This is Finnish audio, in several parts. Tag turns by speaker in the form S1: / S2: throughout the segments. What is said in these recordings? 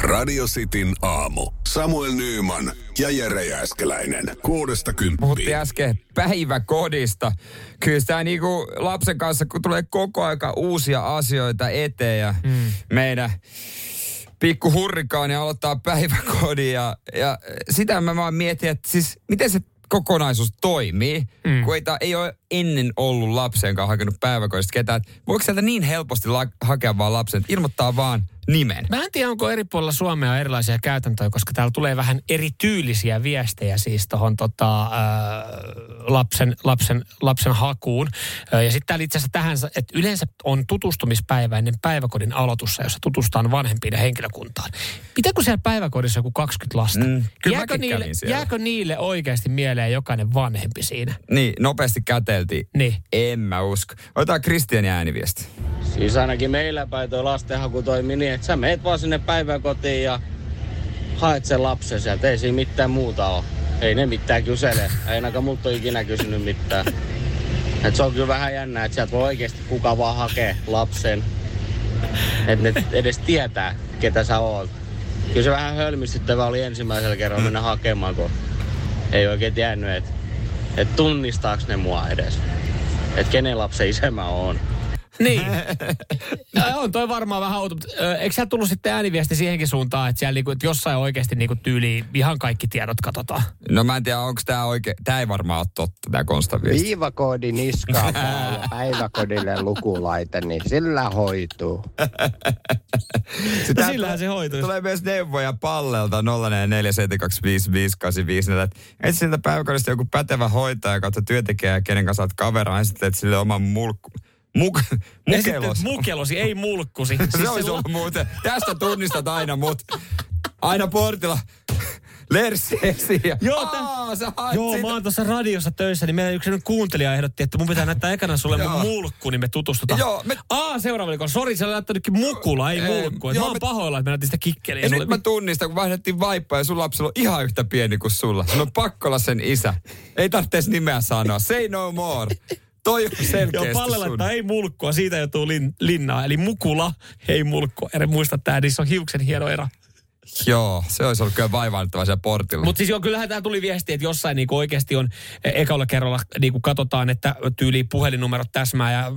S1: Radio Cityn aamu. Samuel Nyyman ja Jere Jääskeläinen. Kuudesta
S2: Puhuttiin
S1: kymppiin.
S2: äsken päiväkodista. Kyllä sitä niinku lapsen kanssa, kun tulee koko aika uusia asioita eteen ja mm. meidän pikku hurrikaani aloittaa päiväkodin ja, ja sitä mä vaan mietin, että siis miten se kokonaisuus toimii, mm. kun ei, ta, ei ole ennen ollut lapsenkaan hakenut päiväkodista ketään. Et Voiko sieltä niin helposti la- hakea vaan lapsen, että ilmoittaa vaan nimen?
S3: Mä en tiedä, onko eri puolilla Suomea erilaisia käytäntöjä, koska täällä tulee vähän erityylisiä viestejä siis tuohon tota, ää, lapsen, lapsen, lapsen hakuun. Ää, Ja sitten täällä itse asiassa tähän, että yleensä on tutustumispäivä ennen päiväkodin aloitussa, jossa tutustutaan vanhempiin ja henkilökuntaan. Pitääkö siellä päiväkodissa joku 20 lasta?
S2: Mm,
S3: Mm,
S2: kyllä
S3: jääkö,
S2: mäkin
S3: niille,
S2: kävin siellä.
S3: jääkö niille oikeasti mieleen jokainen vanhempi siinä?
S2: Niin, nopeasti käteltiin.
S3: Niin.
S2: En mä usko. Otetaan Kristianin ääniviesti.
S4: Siis ainakin meillä päin toi lastenhaku toimii niin, että sä meet vaan sinne päiväkotiin ja haet sen lapsen sieltä. Ei siinä mitään muuta oo. Ei ne mitään kysele. Ei ainakaan multa ole ikinä kysynyt mitään. Et se on kyllä vähän jännää, että sieltä voi oikeasti kuka vaan hakee lapsen. Et ne edes tietää, ketä sä oot. Kyllä se vähän hölmistyttävää oli ensimmäisellä kerralla mennä hakemaan, kun ei oikein tiennyt, että et tunnistaaks ne mua edes. Että kenen lapsen isä mä oon.
S3: Niin. no, on toi varmaan vähän outo, mutta ö, eikö siellä tullut sitten ääniviesti siihenkin suuntaan, että siellä niinku, että jossain oikeasti niinku tyyli ihan kaikki tiedot katsotaan?
S2: No mä en tiedä, onko tämä oikein. Tämä ei varmaan ole totta, tämä Konstan viesti.
S5: Viivakoodi niskaa päällä, päiväkodille lukulaite, niin sillä hoituu.
S2: Sitä
S3: No sillähän se hoituisi.
S2: Tulee myös neuvoja pallelta 0447255854. että Etsi sieltä päiväkodista joku pätevä hoitaja kautta työntekijää, kenen kanssa olet kaveraa, ja sitten sille oman mulkku. Muk,
S3: Esittelet
S2: mukelos.
S3: mukelosi, ei mulkkusi. Siis
S2: se olisi ollut muuten. Tästä tunnistat aina mut. Aina portilla. Lersi esiin. ja-
S3: Joo, tä-
S2: Aa, sä hait
S3: Joo,
S2: sitä.
S3: mä oon tuossa radiossa töissä, niin meidän yksi sellainen kuuntelija ehdotti, että mun pitää näyttää ekana sulle
S2: Joo.
S3: mun mulkku, niin me tutustutaan.
S2: Joo, me-
S3: Aa, seuraava viikolla. Sori, sä olet näyttänytkin mukula, ei,
S2: Ei,
S3: mulkku. Et
S2: joo,
S3: mä oon
S2: me-
S3: pahoilla, että me näytin sitä kikkeliä
S2: Ja
S3: sulle.
S2: nyt mä tunnistan, kun vaihdettiin vaippaa ja sun lapsella on ihan yhtä pieni kuin sulla. Sun on pakko olla sen isä. Ei tarvitse edes nimeä sanoa. Say no more. Toi on
S3: Joo,
S2: selkeästi
S3: pallella,
S2: sun.
S3: että ei mulkkua, siitä joutuu lin, linnaa. Eli mukula, ei mulkkua. Ere muista tää, niissä on hiuksen hieno ero.
S2: Joo, se olisi ollut kyllä vaivaannuttava siellä portilla.
S3: Mutta siis joo, kyllähän tää tuli viesti, että jossain niinku oikeasti on e- ekalla kerralla niinku katsotaan, että tyyli puhelinnumerot täsmää ja mm,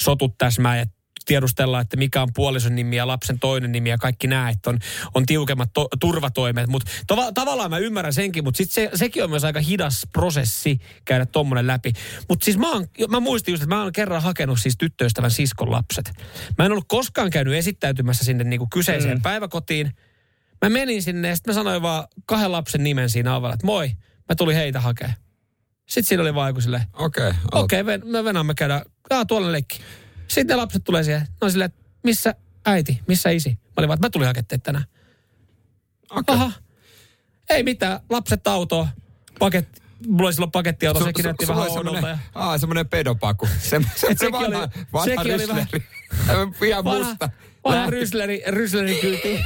S3: sotut täsmää ja tiedustellaan, että mikä on puolison nimi ja lapsen toinen nimi ja kaikki nämä, että on, on tiukemmat to- turvatoimet. Mutta tava- tavallaan mä ymmärrän senkin, mutta sit se, sekin on myös aika hidas prosessi käydä tommonen läpi. Mutta siis mä, oon, mä muistin just, että mä oon kerran hakenut siis tyttöystävän siskon lapset. Mä en ollut koskaan käynyt esittäytymässä sinne niinku kyseiseen mm. päiväkotiin. Mä menin sinne ja sitten mä sanoin vaan kahden lapsen nimen siinä avalla, että moi, mä tulin heitä hakea. Sitten siinä oli vaan joku silleen,
S2: Okei. Okay,
S3: okei, okay, me venaan, me käydään, ah, tuolla leikki. Sitten ne lapset tulee siihen, no silleen, että missä äiti, missä isi? Mä olin vaan, että mä tulin hakemaan teitä tänään.
S2: okay.
S3: Aha, ei mitään, lapset autoa, paketti, mulla oli silloin pakettiauto, sekin näytti vähän oudolta. Ja...
S2: Aa, semmonen pedopaku. Se, se, se,
S3: Sekin
S2: vanha,
S3: oli-
S2: vanha
S3: sekin oli vähän-
S2: rysleri. Vähän... Ihan musta.
S3: Vanha
S2: Lähti.
S3: rysleri, rysleri kyytiin.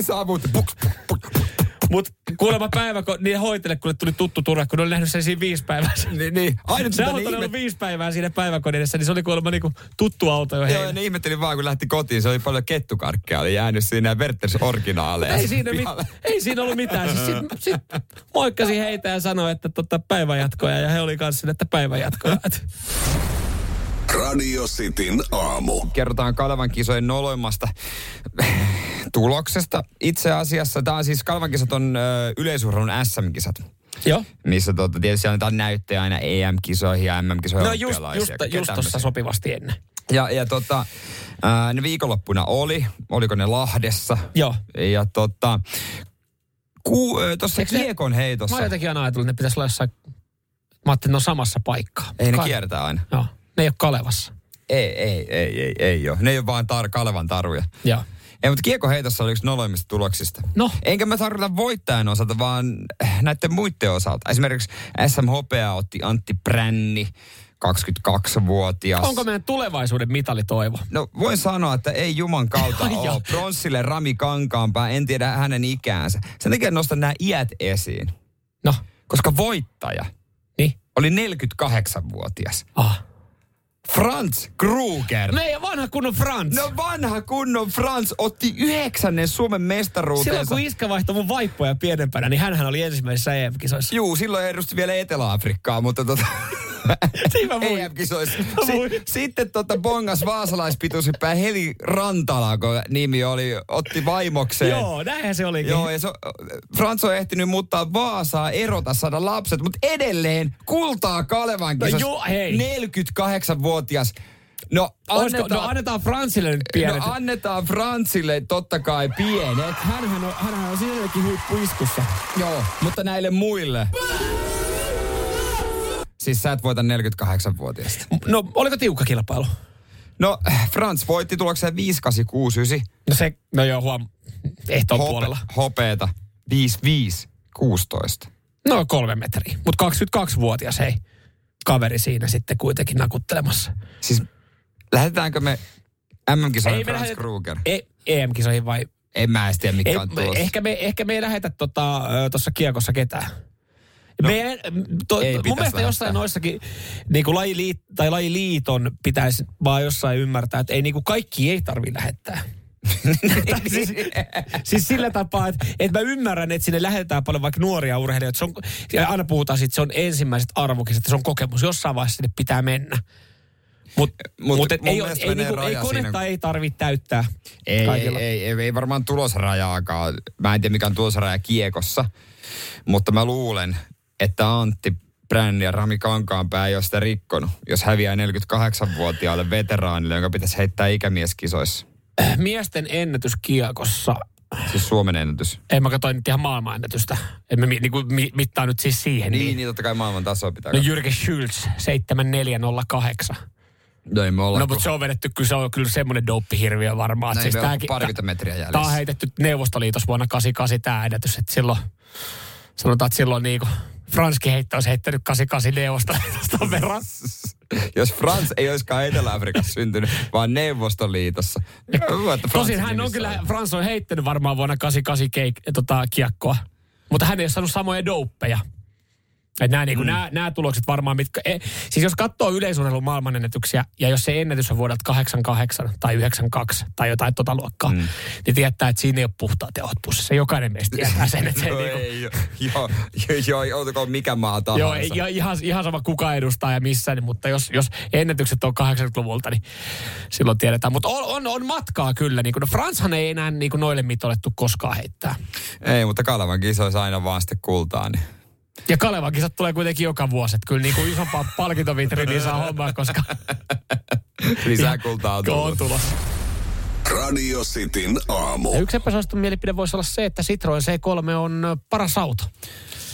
S2: Saavuutti. Niin Puk, puk, puk, puk.
S3: Mutta kuulemma päivä, kun niiden hoitelle, kun ne tuli tuttu turha, kun ne oli nähnyt sen siinä viisi päivää.
S2: Niin, niin. Aina
S3: Se
S2: sitä
S3: auto
S2: ne
S3: oli
S2: ihme...
S3: ollut viisi päivää siinä päiväkodin edessä, niin se oli kuulemma niinku tuttu auto jo
S2: Joo, niin- ja
S3: heille.
S2: ne ihmetteli vaan, kun lähti kotiin. Se oli paljon kettukarkkeja, oli jäänyt siinä Werther's originaaleja.
S3: Ei siinä, mit,
S2: Pihalle.
S3: ei siinä ollut mitään. Siis sit, sit moikkasin heitä ja sanoin, että tota, päivän jatkoja. Ja he oli kanssa sille, että päivän jatkoja. Et
S1: Radio Cityn aamu.
S2: Kerrotaan Kalevan kisojen noloimmasta tuloksesta. Itse asiassa tämä on siis Kalevan kisat on ö, yleisurheilun SM-kisat,
S3: Joo.
S2: missä tota, tietysti annetaan näyttöjä aina EM-kisoihin ja MM-kisoihin.
S3: No just, just, just tuossa sopivasti ennen.
S2: Ja, ja tota, ää, ne viikonloppuna oli, oliko ne Lahdessa?
S3: Joo.
S2: Ja tota, ku, ö, tossa
S3: Eikö ne-
S2: kiekon
S3: Mä
S2: heitossa,
S3: oon jotenkin aina ajatellut, että ne pitäisi olla jossain... Mä ajattelin, että ne on samassa paikkaa.
S2: ei ne
S3: Kai-
S2: kiertää aina.
S3: Joo. Ne ei ole Kalevassa.
S2: Ei, ei, ei, ei, ei ole. Ne ei ole vaan tar- Kalevan taruja.
S3: Joo.
S2: Ei, mutta kiekoheitossa oli yksi noloimmista tuloksista.
S3: No.
S2: Enkä mä tarkoita voittajan osalta, vaan näiden muiden osalta. Esimerkiksi SMHPA otti Antti Pränni, 22-vuotias.
S3: Onko meidän tulevaisuuden mitalitoivo?
S2: No voin sanoa, että ei juman kautta
S3: Ai joo.
S2: ole. Pronssille Rami Kankaanpää, en tiedä hänen ikäänsä. Sen takia nostan nämä iät esiin,
S3: No,
S2: koska voittaja
S3: niin.
S2: oli 48-vuotias.
S3: Ah.
S2: Franz Kruger.
S3: Meidän vanha kunnon Frans.
S2: No vanha kunnon Frans otti yhdeksännen Suomen
S3: Silloin
S2: mestaruutensa.
S3: kun iskä vaihtoi mun vaippoja pienempänä, niin hänhän oli ensimmäisessä EM-kisoissa.
S2: Juu, silloin edusti vielä Etelä-Afrikkaa, mutta tota...
S3: Niin mä muistan.
S2: EM-kisoissa.
S3: Mä muistan.
S2: Si- sitten tota bongas vaasalaispituusipää Heli Rantala, kun nimi oli, otti vaimokseen.
S3: Joo, näinhän se olikin.
S2: Joo, ja se, on- Frans on ehtinyt muuttaa Vaasaa, erota, saada lapset, mutta edelleen kultaa Kalevan
S3: No
S2: kisassa.
S3: joo, hei.
S2: 48-vuotias. No
S3: Olisiko-
S2: annetaan,
S3: no annetaan Fransille nyt pienet.
S2: no, annetaan Fransille totta kai pienet.
S3: hänhän on, hänhän on siinäkin huippuiskussa.
S2: Joo, mutta näille muille. Siis sä et voita 48-vuotiaista.
S3: No, oliko tiukka kilpailu?
S2: No, Frans voitti tulokseen 5-8-6-9.
S3: No se, no joo, huom, ehtoon
S2: Hope-
S3: puolella.
S2: hopeeta 5-5-16.
S3: No kolme metriä, mutta 22-vuotias, hei. Kaveri siinä sitten kuitenkin nakuttelemassa.
S2: Siis lähetetäänkö me MM-kisoihin
S3: Ei me
S2: Frans
S3: lähdetä-
S2: Kruger?
S3: E- EM-kisoihin vai?
S2: En mä edes tiedä,
S3: Ei,
S2: mitkä on tuossa.
S3: Eh, ehkä, me, ehkä me ei lähetä tuossa tota, ö, tossa kiekossa ketään. No, Meidän, to,
S2: ei pitäisi
S3: mun mielestä
S2: lähettää.
S3: jossain noissakin niin kuin lajiliit, tai lajiliiton pitäisi vaan jossain ymmärtää, että ei niin kuin kaikki ei tarvi lähettää. Tai siis, siis sillä tapaa, että, että mä ymmärrän, että sinne lähetetään paljon vaikka nuoria urheilijoita. Se on, ja aina puhutaan siitä, että se on ensimmäiset arvokisat, että se on kokemus. Jossain vaiheessa sinne pitää mennä. Mutta
S2: Mut
S3: mut, mut, et
S2: mun
S3: ei, oo-
S2: mielestä
S3: ei,
S2: menee
S3: niinku, ei
S2: raja
S3: konetta
S2: siinä, kun-
S3: ei tarvitse täyttää
S2: Ei,
S3: kaikilla.
S2: ei, ei, ei, ei varmaan tulosrajaakaan. Mä en tiedä, mikä on tulosraja kiekossa, mutta mä luulen, että Antti Bränni ja Rami Kankaanpää ei ole sitä rikkonut, jos häviää 48-vuotiaalle veteraanille, jonka pitäisi heittää ikämieskisoissa.
S3: Miesten ennätyskiekossa,
S2: Siis Suomen ennätys.
S3: en mä katsoin nyt ihan maailmanennätystä. En mä mi, niinku, mi, mittaa nyt siis siihen.
S2: Niin, niin totta kai maailman tasoa pitää
S3: No
S2: no,
S3: Jyrki Schultz, 7408.
S2: no ei me olla.
S3: No, mutta se on vedetty, kyllä se on kyllä semmoinen doppihirviö varmaan. että
S2: Näin vielä on
S3: tääkin-
S2: parikymmentä metriä jäljessä.
S3: Tämä on heitetty Neuvostoliitos vuonna 88 tämä ennätys, että silloin, sanotaan, että silloin niin kuin Franski heitto olisi heittänyt 88 Neuvostoliitosta verran.
S2: Jos Frans ei olisikaan Etelä-Afrikassa syntynyt, vaan Neuvostoliitossa. Niin mä luulen, että Fransin
S3: Tosin hän on
S2: nimissä
S3: kyllä, Frans on heittänyt varmaan vuonna 88 keik, tota, kiekkoa, mutta hän ei ole saanut samoja douppeja. Et nämä, niin mm. nämä, nämä, tulokset varmaan, mitkä, e, siis jos katsoo yleisurheilun maailmanennätyksiä, ja jos se ennätys on vuodelta 88 tai 92 tai jotain tota luokkaa, mm. niin tietää, että siinä ei ole puhtaa tehottuus. Se jokainen meistä tietää sen, että se
S2: No
S3: niin kuin,
S2: ei, joo, joo, joo, joo, oltakoon mikä maa tahansa.
S3: Joo, ei- ja ihan, ihan sama kuka edustaa ja missä, niin, mutta jos, jos ennätykset on 80-luvulta, niin silloin tiedetään. Mutta on, on, on matkaa kyllä. Niin kuin, no Franshan ei enää niin kuin noille mitoille tuu koskaan heittää.
S2: Ei, mutta Kalevan kisoissa aina vaan sitten kultaa. Niin.
S3: Ja Kalevan kisat tulee kuitenkin joka vuosi. Että kyllä niin kuin isompaa palkintovitriiniä saa hommaa, koska
S2: Lisää kultaa on
S3: on
S2: tullut.
S3: tulossa.
S1: Radio Cityn aamu.
S3: Ja yksi epäsuosittu mielipide voisi olla se, että Citroen C3 on ö, paras auto.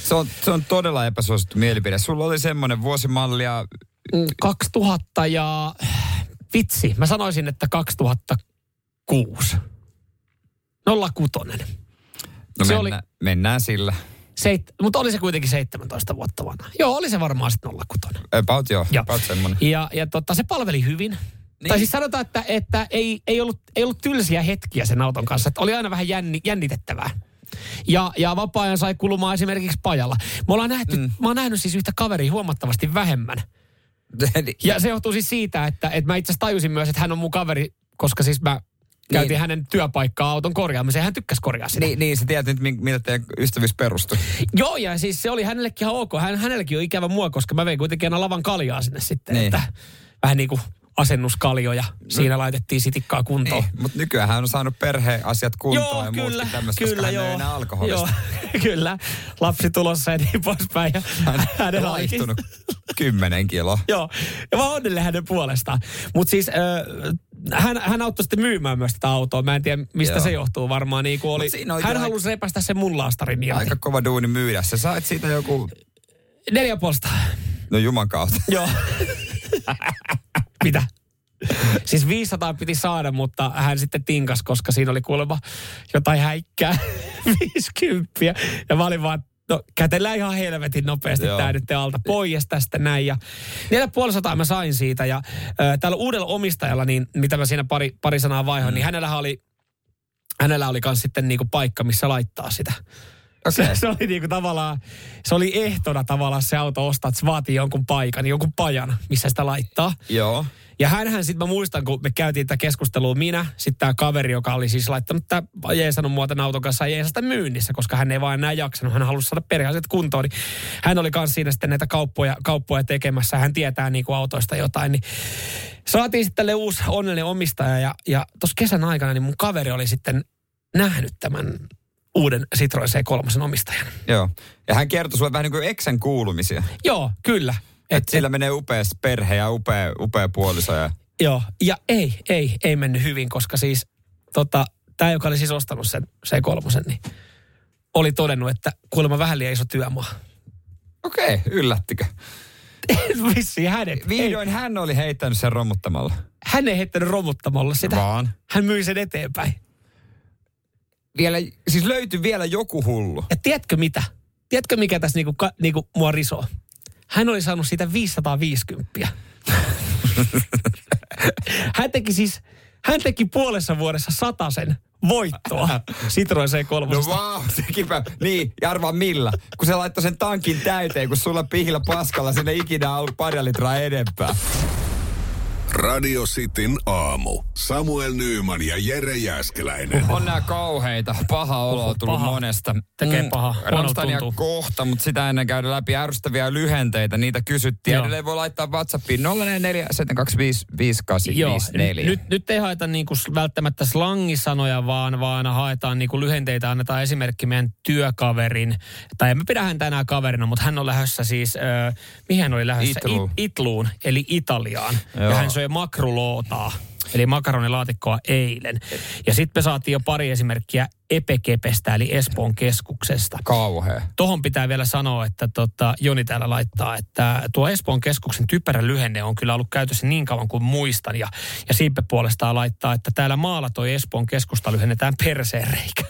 S2: Se on, se on todella epäsuosittu mielipide. Sulla oli semmoinen vuosimallia...
S3: Mm, 2000 ja... äh, Vitsi, mä sanoisin, että 2006. 06.
S2: No
S3: Se
S2: se
S3: oli-
S2: mennä, oli... mennään sillä.
S3: Seit, mutta oli se kuitenkin 17 vuotta vanha. Joo, oli se varmaan sitten 06.
S2: About joo,
S3: Joo.
S2: about semmoinen.
S3: Ja, ja tota, se palveli hyvin. Niin. Tai siis sanotaan, että, että ei, ei, ollut, ei ollut tylsiä hetkiä sen auton kanssa. Että oli aina vähän jänni, jännitettävää. Ja, ja vapaa-ajan sai kulumaan esimerkiksi pajalla. Me ollaan nähty, mm. mä oon nähnyt siis yhtä kaveria huomattavasti vähemmän.
S2: Niin,
S3: Ja se johtuu siis siitä, että, että mä itse asiassa tajusin myös, että hän on mun kaveri, koska siis mä käytin
S2: Niin.
S3: hänen työpaikkaa auton korjaamiseen. Hän tykkäsi korjaa sitä.
S2: niin, niin, sä tiedät nyt, mi- mitä teidän ystävyys perustuu.
S3: Joo, ja siis se oli hänellekin ihan ok. Hän, hänelläkin on ikävä mua, koska mä vein kuitenkin aina lavan kaljaa sinne sitten.
S2: Niin. No.
S3: Niin. Että vähän niin kuin asennuskaljoja. Siinä laitettiin sitikkaa kuntoon.
S2: Niin, mutta nykyään hän on saanut perheasiat kuntoon
S3: Joo,
S2: ja
S3: kyllä,
S2: muutkin tämmöistä, koska
S3: kyllä,
S2: hän ei
S3: joo.
S2: ole enää alkoholista.
S3: Joo, kyllä. Lapsi tulossa ja niin poispäin. Ja
S2: Hän
S3: hänen
S2: on laihtunut
S3: aikis-
S2: kymmenen kiloa.
S3: Joo, ja mä onnellinen hänen puolestaan. Mutta siis äh, hän, hän auttoi sitten myymään myös tätä autoa. Mä en tiedä, mistä
S2: Joo.
S3: Joo. se johtuu varmaan. Niin kuin oli,
S2: Mut siinä on
S3: hän
S2: kyllä aika-
S3: halusi repästä sen mun laastarin irti.
S2: Aika kova duuni myydä. Sä sait siitä joku,
S3: Neljä posta.
S2: no juman kautta.
S3: Joo. Mitä? Siis 500 piti saada, mutta hän sitten tinkas, koska siinä oli kuulemma jotain häikkää. 50. Ja mä olin vaan, no kätellään ihan helvetin nopeasti
S2: Joo.
S3: tää nyt alta pois tästä näin. Ja 450 mä sain siitä ja äh, tällä uudella omistajalla, niin mitä mä siinä pari, pari sanaa vaihoin, mm. niin hänellä oli, hänellä oli kans sitten niinku paikka, missä laittaa sitä.
S2: Okei.
S3: Se, se, oli niinku tavallaan, se oli ehtona tavallaan se auto ostaa, että se vaatii jonkun paikan, jonkun pajan, missä sitä laittaa.
S2: Joo.
S3: Ja hänhän sitten, mä muistan, kun me käytiin tätä keskustelua, minä, sitten tämä kaveri, joka oli siis laittanut tämä, jeesannut mua tämän auton kanssa, jeesasta myynnissä, koska hän ei vaan enää jaksanut, hän halusi saada perheasiat kuntoon, niin hän oli kanssa siinä sitten näitä kauppoja, kauppoja tekemässä, hän tietää niin kuin autoista jotain, niin saatiin sitten tälle uusi onnellinen omistaja, ja, ja tuossa kesän aikana niin mun kaveri oli sitten nähnyt tämän uuden Citroen C3 omistajan.
S2: Joo. Ja hän kertoi sulle vähän niin kuin eksän kuulumisia.
S3: Joo, kyllä.
S2: Et sillä menee upea perhe ja upea, upea puoliso. Ja...
S3: Joo, ja ei, ei, ei mennyt hyvin, koska siis tota, tämä, joka oli siis ostanut sen C3, niin oli todennut, että kuulemma vähän liian iso työmaa.
S2: Okei, okay, yllättikö?
S3: Vissiin hänet.
S2: Vihdoin ei. hän oli heittänyt sen romuttamalla.
S3: Hän ei heittänyt romuttamalla sitä.
S2: Vaan.
S3: Hän myi sen eteenpäin.
S2: Vielä, siis löytyi vielä joku hullu.
S3: Ja tiedätkö mitä? Tiedätkö mikä tässä niinku, ka, niinku mua risoo? Hän oli saanut siitä 550. hän teki siis, hän teki puolessa vuodessa sataisen voittoa Citroen C3.
S2: No vau, sekipä. Niin, ja arvaa millä. Kun se laittoi sen tankin täyteen, kun sulla pihillä paskalla sinne ikinä ollut pari litraa enempää.
S1: Radio Cityn aamu. Samuel Nyyman ja Jere Jäskeläinen.
S2: On nämä kauheita. Paha olo on tullut
S3: paha.
S2: monesta.
S3: Tekee paha. Huonolta
S2: Ramstania
S3: tuntuu.
S2: kohta, mutta sitä ennen käydä läpi ärsyttäviä lyhenteitä. Niitä kysyttiin.
S3: Joo.
S2: Edelleen voi laittaa WhatsAppiin 044
S3: Joo,
S2: 7255854.
S3: nyt, nyt ei haeta niinku s- välttämättä slangisanoja, vaan, vaan haetaan niinku lyhenteitä. Annetaan esimerkki meidän työkaverin, tai en mä pidä häntä enää kaverina, mutta hän on lähdössä siis, äh, mihin hän oli lähdössä?
S2: Itluun.
S3: It, Itluun, eli Italiaan.
S2: Joo.
S3: Ja hän söi makrulootaa, eli makaronilaatikkoa eilen. Ja sitten me saatiin jo pari esimerkkiä Epekepestä, eli Espoon keskuksesta.
S2: Kauhea.
S3: Tohon pitää vielä sanoa, että tota, Joni täällä laittaa, että tuo Espoon keskuksen typerä lyhenne on kyllä ollut käytössä niin kauan kuin muistan. Ja, ja Siippe puolestaan laittaa, että täällä maalla toi Espoon keskusta lyhennetään perseen reikä.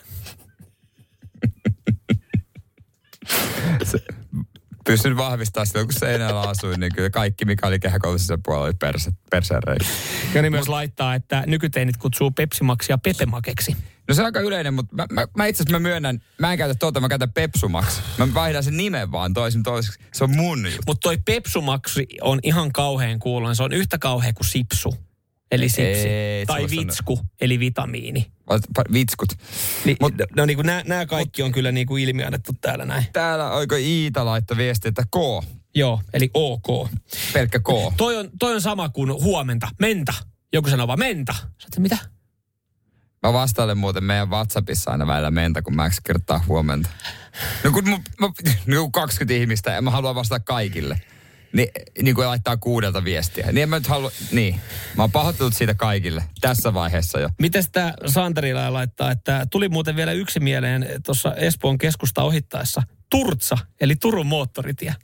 S2: Pystyn vahvistamaan sitä, kun seinällä asuin, niin kyllä kaikki, mikä oli kehäkoulussa puolella, oli perse, persereikä.
S3: Joni niin myös laittaa, että nykyteinit kutsuu pepsimaksia pepemakeksi.
S2: No se on aika yleinen, mutta mä, mä, mä itse asiassa mä myönnän, mä en käytä tuota, mä käytän Pepsumaksi. Mä vaihdan sen nimen vaan toisin toiseksi. Se on mun juttu.
S3: Mutta toi pepsumaksi on ihan kauheen kuulon. Se on yhtä kauhea kuin sipsu, eli sipsi.
S2: Ei,
S3: tai
S2: sellaista on-
S3: vitsku, eli vitamiini.
S2: Vitskut.
S3: Niin,
S2: Mut-
S3: no niin kuin nämä kaikki on kyllä niin kuin ilmiönnetty täällä näin.
S2: Täällä oiko Iita laittoi viesti, että K,
S3: Joo, eli ok.
S2: pelkkä K.
S3: Toi on, toi on sama kuin huomenta, menta. Joku sanoo vaan menta. Sä oot, mitä?
S2: Mä vastailen muuten meidän WhatsAppissa aina välillä mentä, kun mä kertaa huomenta. No kun, mun, mä, no kun 20 ihmistä ja mä haluan vastata kaikille. Ni, niin kuin laittaa kuudelta viestiä. Niin en mä nyt halua, niin. Mä oon pahoittanut siitä kaikille tässä vaiheessa jo.
S3: Miten sitä Santerilla laittaa, että tuli muuten vielä yksi mieleen tuossa Espoon keskusta ohittaessa. Turtsa, eli Turun moottoritie.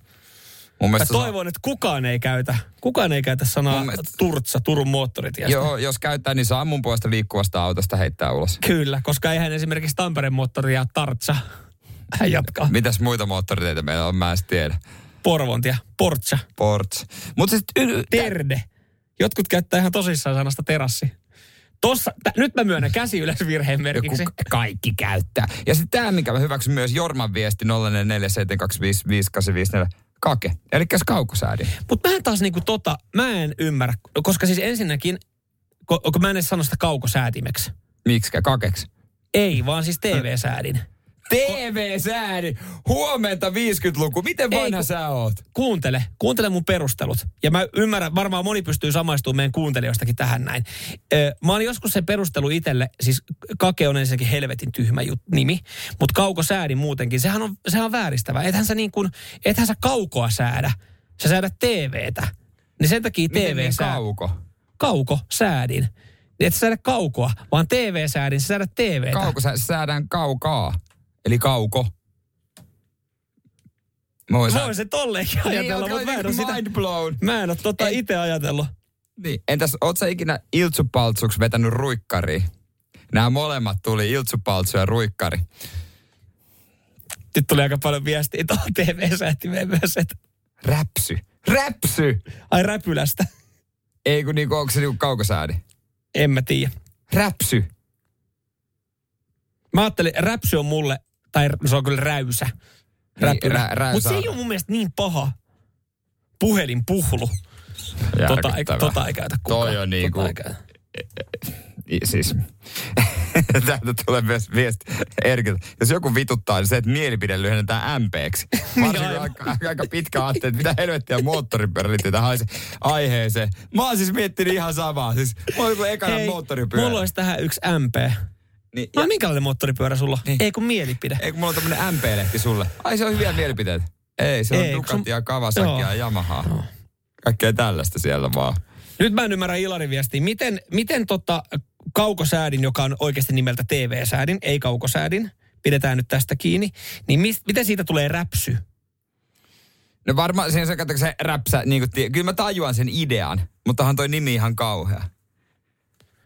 S2: Mun
S3: Mä
S2: mielestä se on-
S3: toivon, että kukaan ei käytä, kukaan ei käytä sanaa
S2: Mun mielestä-
S3: Turtsa, Turun moottoritie.
S2: Joo, jos käyttää, niin saa mun puolesta liikkuvasta autosta heittää ulos.
S3: Kyllä, koska eihän esimerkiksi Tampereen moottoria Tartsa. Hän jatkaa.
S2: Mitäs muita moottoriteitä meillä on, mä en edes tiedä.
S3: Porvontia, Portsa,
S2: Ports. Mutta siis y-
S3: Terde. Jotkut käyttää ihan tosissaan sanasta terassi. Tossa, t- nyt mä myönnän käsi ylös virheen
S2: joku
S3: merkiksi.
S2: ka- kaikki käyttää. Ja sitten tämä, minkä mä hyväksyn myös Jorman viesti 0447255854. Kake, eli kaukosäädin.
S3: Mutta mä en taas niinku tota, mä en ymmärrä, koska siis ensinnäkin, ko- kun mä en edes sano sitä kaukosäätimeksi.
S2: Miksikä kakeksi?
S3: Ei, vaan siis TV-säädin.
S2: TV-säädi! Huomenta 50-luku. Miten
S3: Ei,
S2: vanha
S3: kun-
S2: sä oot?
S3: Kuuntele, kuuntele mun perustelut. Ja mä ymmärrän, varmaan moni pystyy samaistumaan meidän kuuntelijoistakin tähän näin. Ö, mä oon joskus se perustelu itselle, siis kake on ensinnäkin helvetin tyhmä jut, nimi, mutta kaukosäädin muutenkin, sehän on, sehän on vääristävä. Ethän sä, niin kun, ethän sä kaukoa säädä, sä säädät TVtä. Niin sen takia
S2: Miten niin
S3: TV-sää...
S2: kauko?
S3: kaukosäädin. Niin Et sä säädä kaukoa, vaan TV-säädin, sä säädät TVtä.
S2: Kauko, sä, säädään kaukaa. Eli kauko. Mä voin
S3: Voi se tolleenkin ajatella,
S2: oot
S3: mutta mä en oo
S2: niinku
S3: sitä...
S2: mind blown.
S3: Mä en ole tota
S2: Ei.
S3: itse ajatellut.
S2: Niin. Entäs, oot sä ikinä iltsupaltsuksi vetänyt ruikkari? Nämä molemmat tuli, iltsupaltsu ja ruikkari.
S3: Nyt tuli aika paljon viestiä tuohon TV-säätimeen myös, että
S2: Räpsy. Räpsy!
S3: ai räpylästä.
S2: Ei kun niinku, onko se niinku kaukosäädi?
S3: En mä tiedä.
S2: Räpsy.
S3: Mä ajattelin, räpsy on mulle tai r- se on kyllä räysä. Räpyrä.
S2: Niin, rä- räysä
S3: Mutta se
S2: on.
S3: ei ole mun mielestä niin paha. Puhelinpuhlu. Tota ei,
S2: Järkyttävä.
S3: tota ei käytä kukaan.
S2: Toi on niinku-
S3: Tota ei käytä.
S2: I- siis, täältä tulee myös viesti Erkiltä. Jos joku vituttaa, niin se, että mielipide lyhennetään MPksi. Varsinkin
S3: aivan.
S2: aika, aika pitkä ajattelin, että mitä helvettiä moottoripyörä liittyy tähän aihe- aiheeseen. Mä oon siis miettinyt ihan samaa. Siis, mä oon joku ekana
S3: Hei,
S2: moottoripyörä.
S3: Mulla olisi tähän yksi MP.
S2: Niin,
S3: No
S2: ja-
S3: minkälainen moottoripyörä sulla?
S2: Niin.
S3: Ei kun mielipide.
S2: Ei, kun mulla on tämmönen MP-lehti sulle. Ai, se on hyviä mielipiteitä. Ei, se on
S3: Ei,
S2: Ei,
S3: kun
S2: Ducatia,
S3: sun-
S2: Kawasakia,
S3: Joo.
S2: Yamaha. Kaikkea tällaista siellä vaan.
S3: Nyt mä en ymmärrä Ilarin viestiä. Miten, miten tota kaukosäädin, joka on oikeasti nimeltä TV-säädin, ei kaukosäädin, pidetään nyt tästä kiinni, niin mis, miten siitä tulee räpsy?
S2: No varmaan siinä se, katsoo, kun se räpsä, niin kuin, tii- kyllä mä tajuan sen idean, mutta toi nimi ihan kauhea.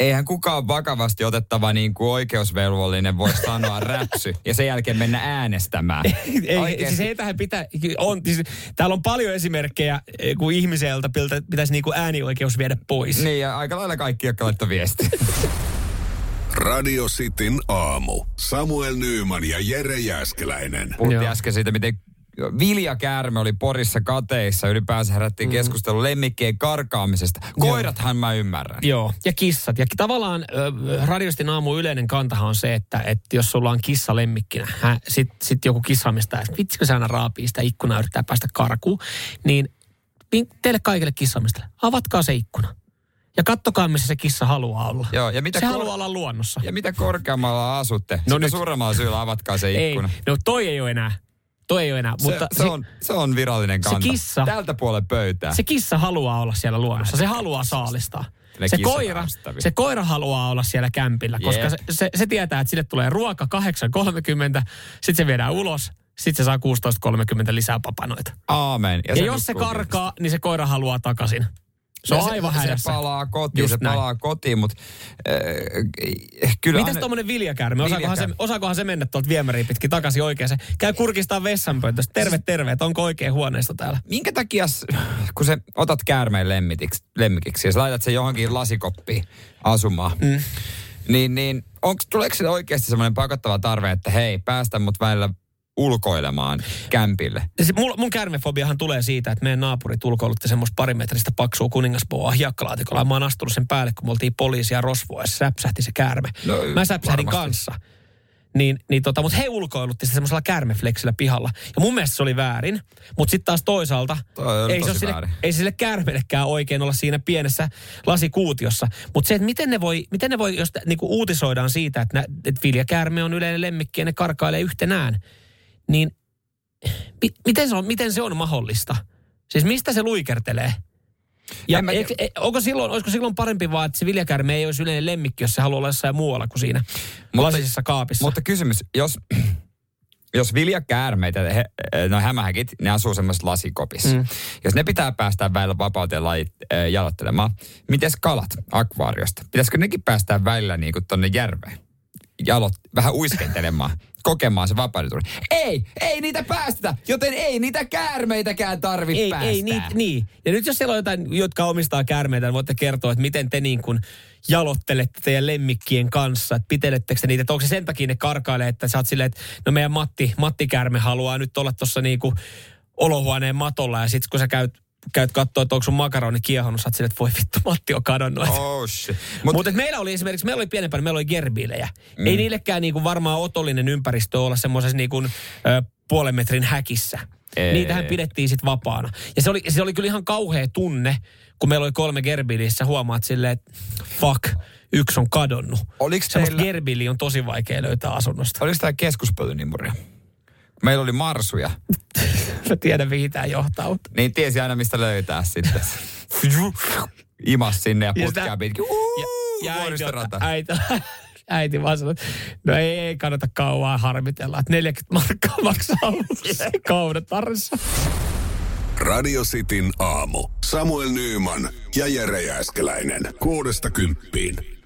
S2: Eihän kukaan vakavasti otettava niin kuin oikeusvelvollinen voi sanoa räpsy ja sen jälkeen mennä äänestämään.
S3: Ei,
S2: Oikeesti.
S3: siis ei tähän pitää, on, siis, täällä on paljon esimerkkejä, eh, kun ihmiseltä piltä- pitäisi niinku äänioikeus viedä pois.
S2: Niin ja aika lailla kaikki, jotka laittoi viesti.
S1: Radio Cityn aamu. Samuel Nyyman ja Jere Jäskeläinen.
S2: Puhuttiin
S3: Joo.
S2: äsken siitä, miten viljakäärme oli Porissa kateissa. Ylipäänsä herättiin
S3: Mm.
S2: keskustelu lemmikkien karkaamisesta. Koirathan mä ymmärrän.
S3: Joo, ja kissat. Ja tavallaan ö, radiostin aamu yleinen kantahan on se, että, että jos sulla on kissa lemmikkinä, hä, sit, sit joku kissaamista, että vitsi kun se aina raapii sitä ikkunaa ja yrittää päästä karkuun, niin niin teille kaikille kissaamista, avatkaa se ikkuna. Ja kattokaa, missä se kissa haluaa olla.
S2: Joo, ja mitä
S3: se
S2: kor-
S3: haluaa olla luonnossa.
S2: Ja mitä korkeammalla asutte, no
S3: No
S2: sitä
S3: nyt.
S2: suuremmalla syyllä avatkaa se
S3: ei,
S2: ikkuna.
S3: no toi ei ole enää. Toi ei ole enää.
S2: Se,
S3: mutta
S2: mutta se, on, se on virallinen
S3: se
S2: kanta.
S3: kissa-
S2: Tältä puolen pöytää.
S3: Se kissa haluaa olla siellä luonnossa, se haluaa saalistaa.
S2: Ne
S3: Se
S2: kissat
S3: koira,
S2: ärsyttäviä.
S3: se koira haluaa olla siellä kämpillä, koska
S2: Jep.
S3: se, se, se tietää, että sille tulee ruoka 8.30, sitten se viedään ulos, sitten se saa 16.30 lisää papanoita.
S2: Aamen.
S3: Ja, ja jos se
S2: nukkuu
S3: karkaa, niin se koira haluaa takaisin. Se
S2: kyllä.
S3: on aivan
S2: se,
S3: hädässä.
S2: Se palaa kotiin,
S3: Just
S2: se
S3: näin.
S2: palaa kotiin, mutta äh, kyllä...
S3: Mitäs
S2: aina-
S3: tuommoinen viljakäärme? Osaakohan se,
S2: Viljakäärme.
S3: osaakohan se mennä tuolta viemäriin pitkin takaisin oikeaan? Se Käy kurkistaa vessanpöntöstä. Terve, terve, että onko oikein huoneisto täällä?
S2: Minkä takia, s- kun sä otat käärmeen lemmikiksi, lemmikiksi ja sä laitat sen johonkin lasikoppiin asumaan, mm. niin, niin onks, tuleeko sille oikeasti semmoinen pakottava tarve, että hei, päästä mut välillä ulkoilemaan kämpille?
S3: Ja se, mun, mun käärmefobiahan tulee siitä, että meidän naapurit ulkoilutti semmoista parimetristä paksua kuningaspoa hiakkalaatikolla. Ja Mä oon astunut sen päälle, kun me oltiin poliisia rosvoa ja se säpsähti se käärme.
S2: No,
S3: No, mä säpsähdin
S2: varmasti.
S3: kanssa. Niin, niin tota, mutta he ulkoilutti sitä semmoisella käärmefleksillä pihalla. Ja mun mielestä se oli väärin, mutta sitten taas toisaalta
S2: Toi on
S3: ei,
S2: tosi
S3: se ole sille,
S2: väärin.
S3: ei se sille käärmeellekään oikein olla siinä pienessä lasikuutiossa. Mutta se, että miten ne voi, miten ne voi jos t- niinku uutisoidaan siitä, että, nä, että viljakäärme on yleinen lemmikki ja ne karkailee yhtenään, niin mi- miten se on, miten se on mahdollista? Siis mistä se luikertelee? Ja
S2: En mä-
S3: eikö- e- onko silloin, olisiko silloin parempi vaan, että se viljakäärme ei olisi yleinen lemmikki, jos se haluaa olla jossain muualla kuin siinä
S2: Mutta-
S3: mutta, lasisessa kaapissa?
S2: Mutta kysymys, jos, jos viljakäärmeitä, he, no hämähäkit, ne asuu semmoisessa lasikopissa. Mm. Jos ne pitää päästää välillä vapauteen lajit, äh, jalottelemaan, mites kalat akvaariosta? Pitäisikö nekin päästää välillä niin kuin tonne järveen? Jalot, vähän uiskentelemaan, kokemaan se vapaudeturin. Ei, ei niitä päästetä, joten ei niitä käärmeitäkään tarvitse
S3: ei,
S2: päästää.
S3: ei niin, niin. Ja nyt jos siellä on jotain, jotka omistaa käärmeitä, niin voitte kertoa, että miten te niin kuin jalottelette teidän lemmikkien kanssa, että pitelettekö te niitä, että onko se sen takia ne karkailee, että sä oot silleen, että no meidän Matti, Matti Käärme haluaa nyt olla tuossa niin kuin olohuoneen matolla ja sitten kun sä käyt, käyt katsoa, että onko sun makaroni kiehonut, sä oot silleen, että voi vittu, Matti on kadonnut. Oh.
S2: Oh shit.
S3: Mutta
S2: Mut,
S3: Mut et meillä oli esimerkiksi, meillä oli pienempänä, meillä oli gerbilejä. Mm. Ei niillekään niinku varmaan otollinen ympäristö olla semmoisessa niinku, ö, puolen metrin häkissä.
S2: Ei.
S3: Ei. Niitähän pidettiin sitten vapaana. Ja se oli, se oli kyllä ihan kauhea tunne, kun meillä oli kolme gerbilissä. Huomaat silleen, että fuck, yksi on kadonnut.
S2: Oliks
S3: Semmoista
S2: teillä-
S3: gerbili on tosi vaikea löytää asunnosta.
S2: oliko tämä keskuspölynimuria? Meillä oli marsuja,
S3: Mä tiedän, mihin tämä johtaa. mutta-
S2: niin tiesi aina mistä löytää sitten. imas sinne ja
S3: Ja
S2: putkea
S3: sitä-
S2: pitkin.
S3: Ja, ja äiti,
S2: Vuoristorata.
S3: äiti, äiti vaan sanoi, että no ei, ei kannata kauan harmitella, että 40 markkaa maksaa ollut se kaudatarissa.
S1: Radio Cityn aamu. Samuel Nyyman ja Jere Jäskeläinen. Kuudesta kymppiin.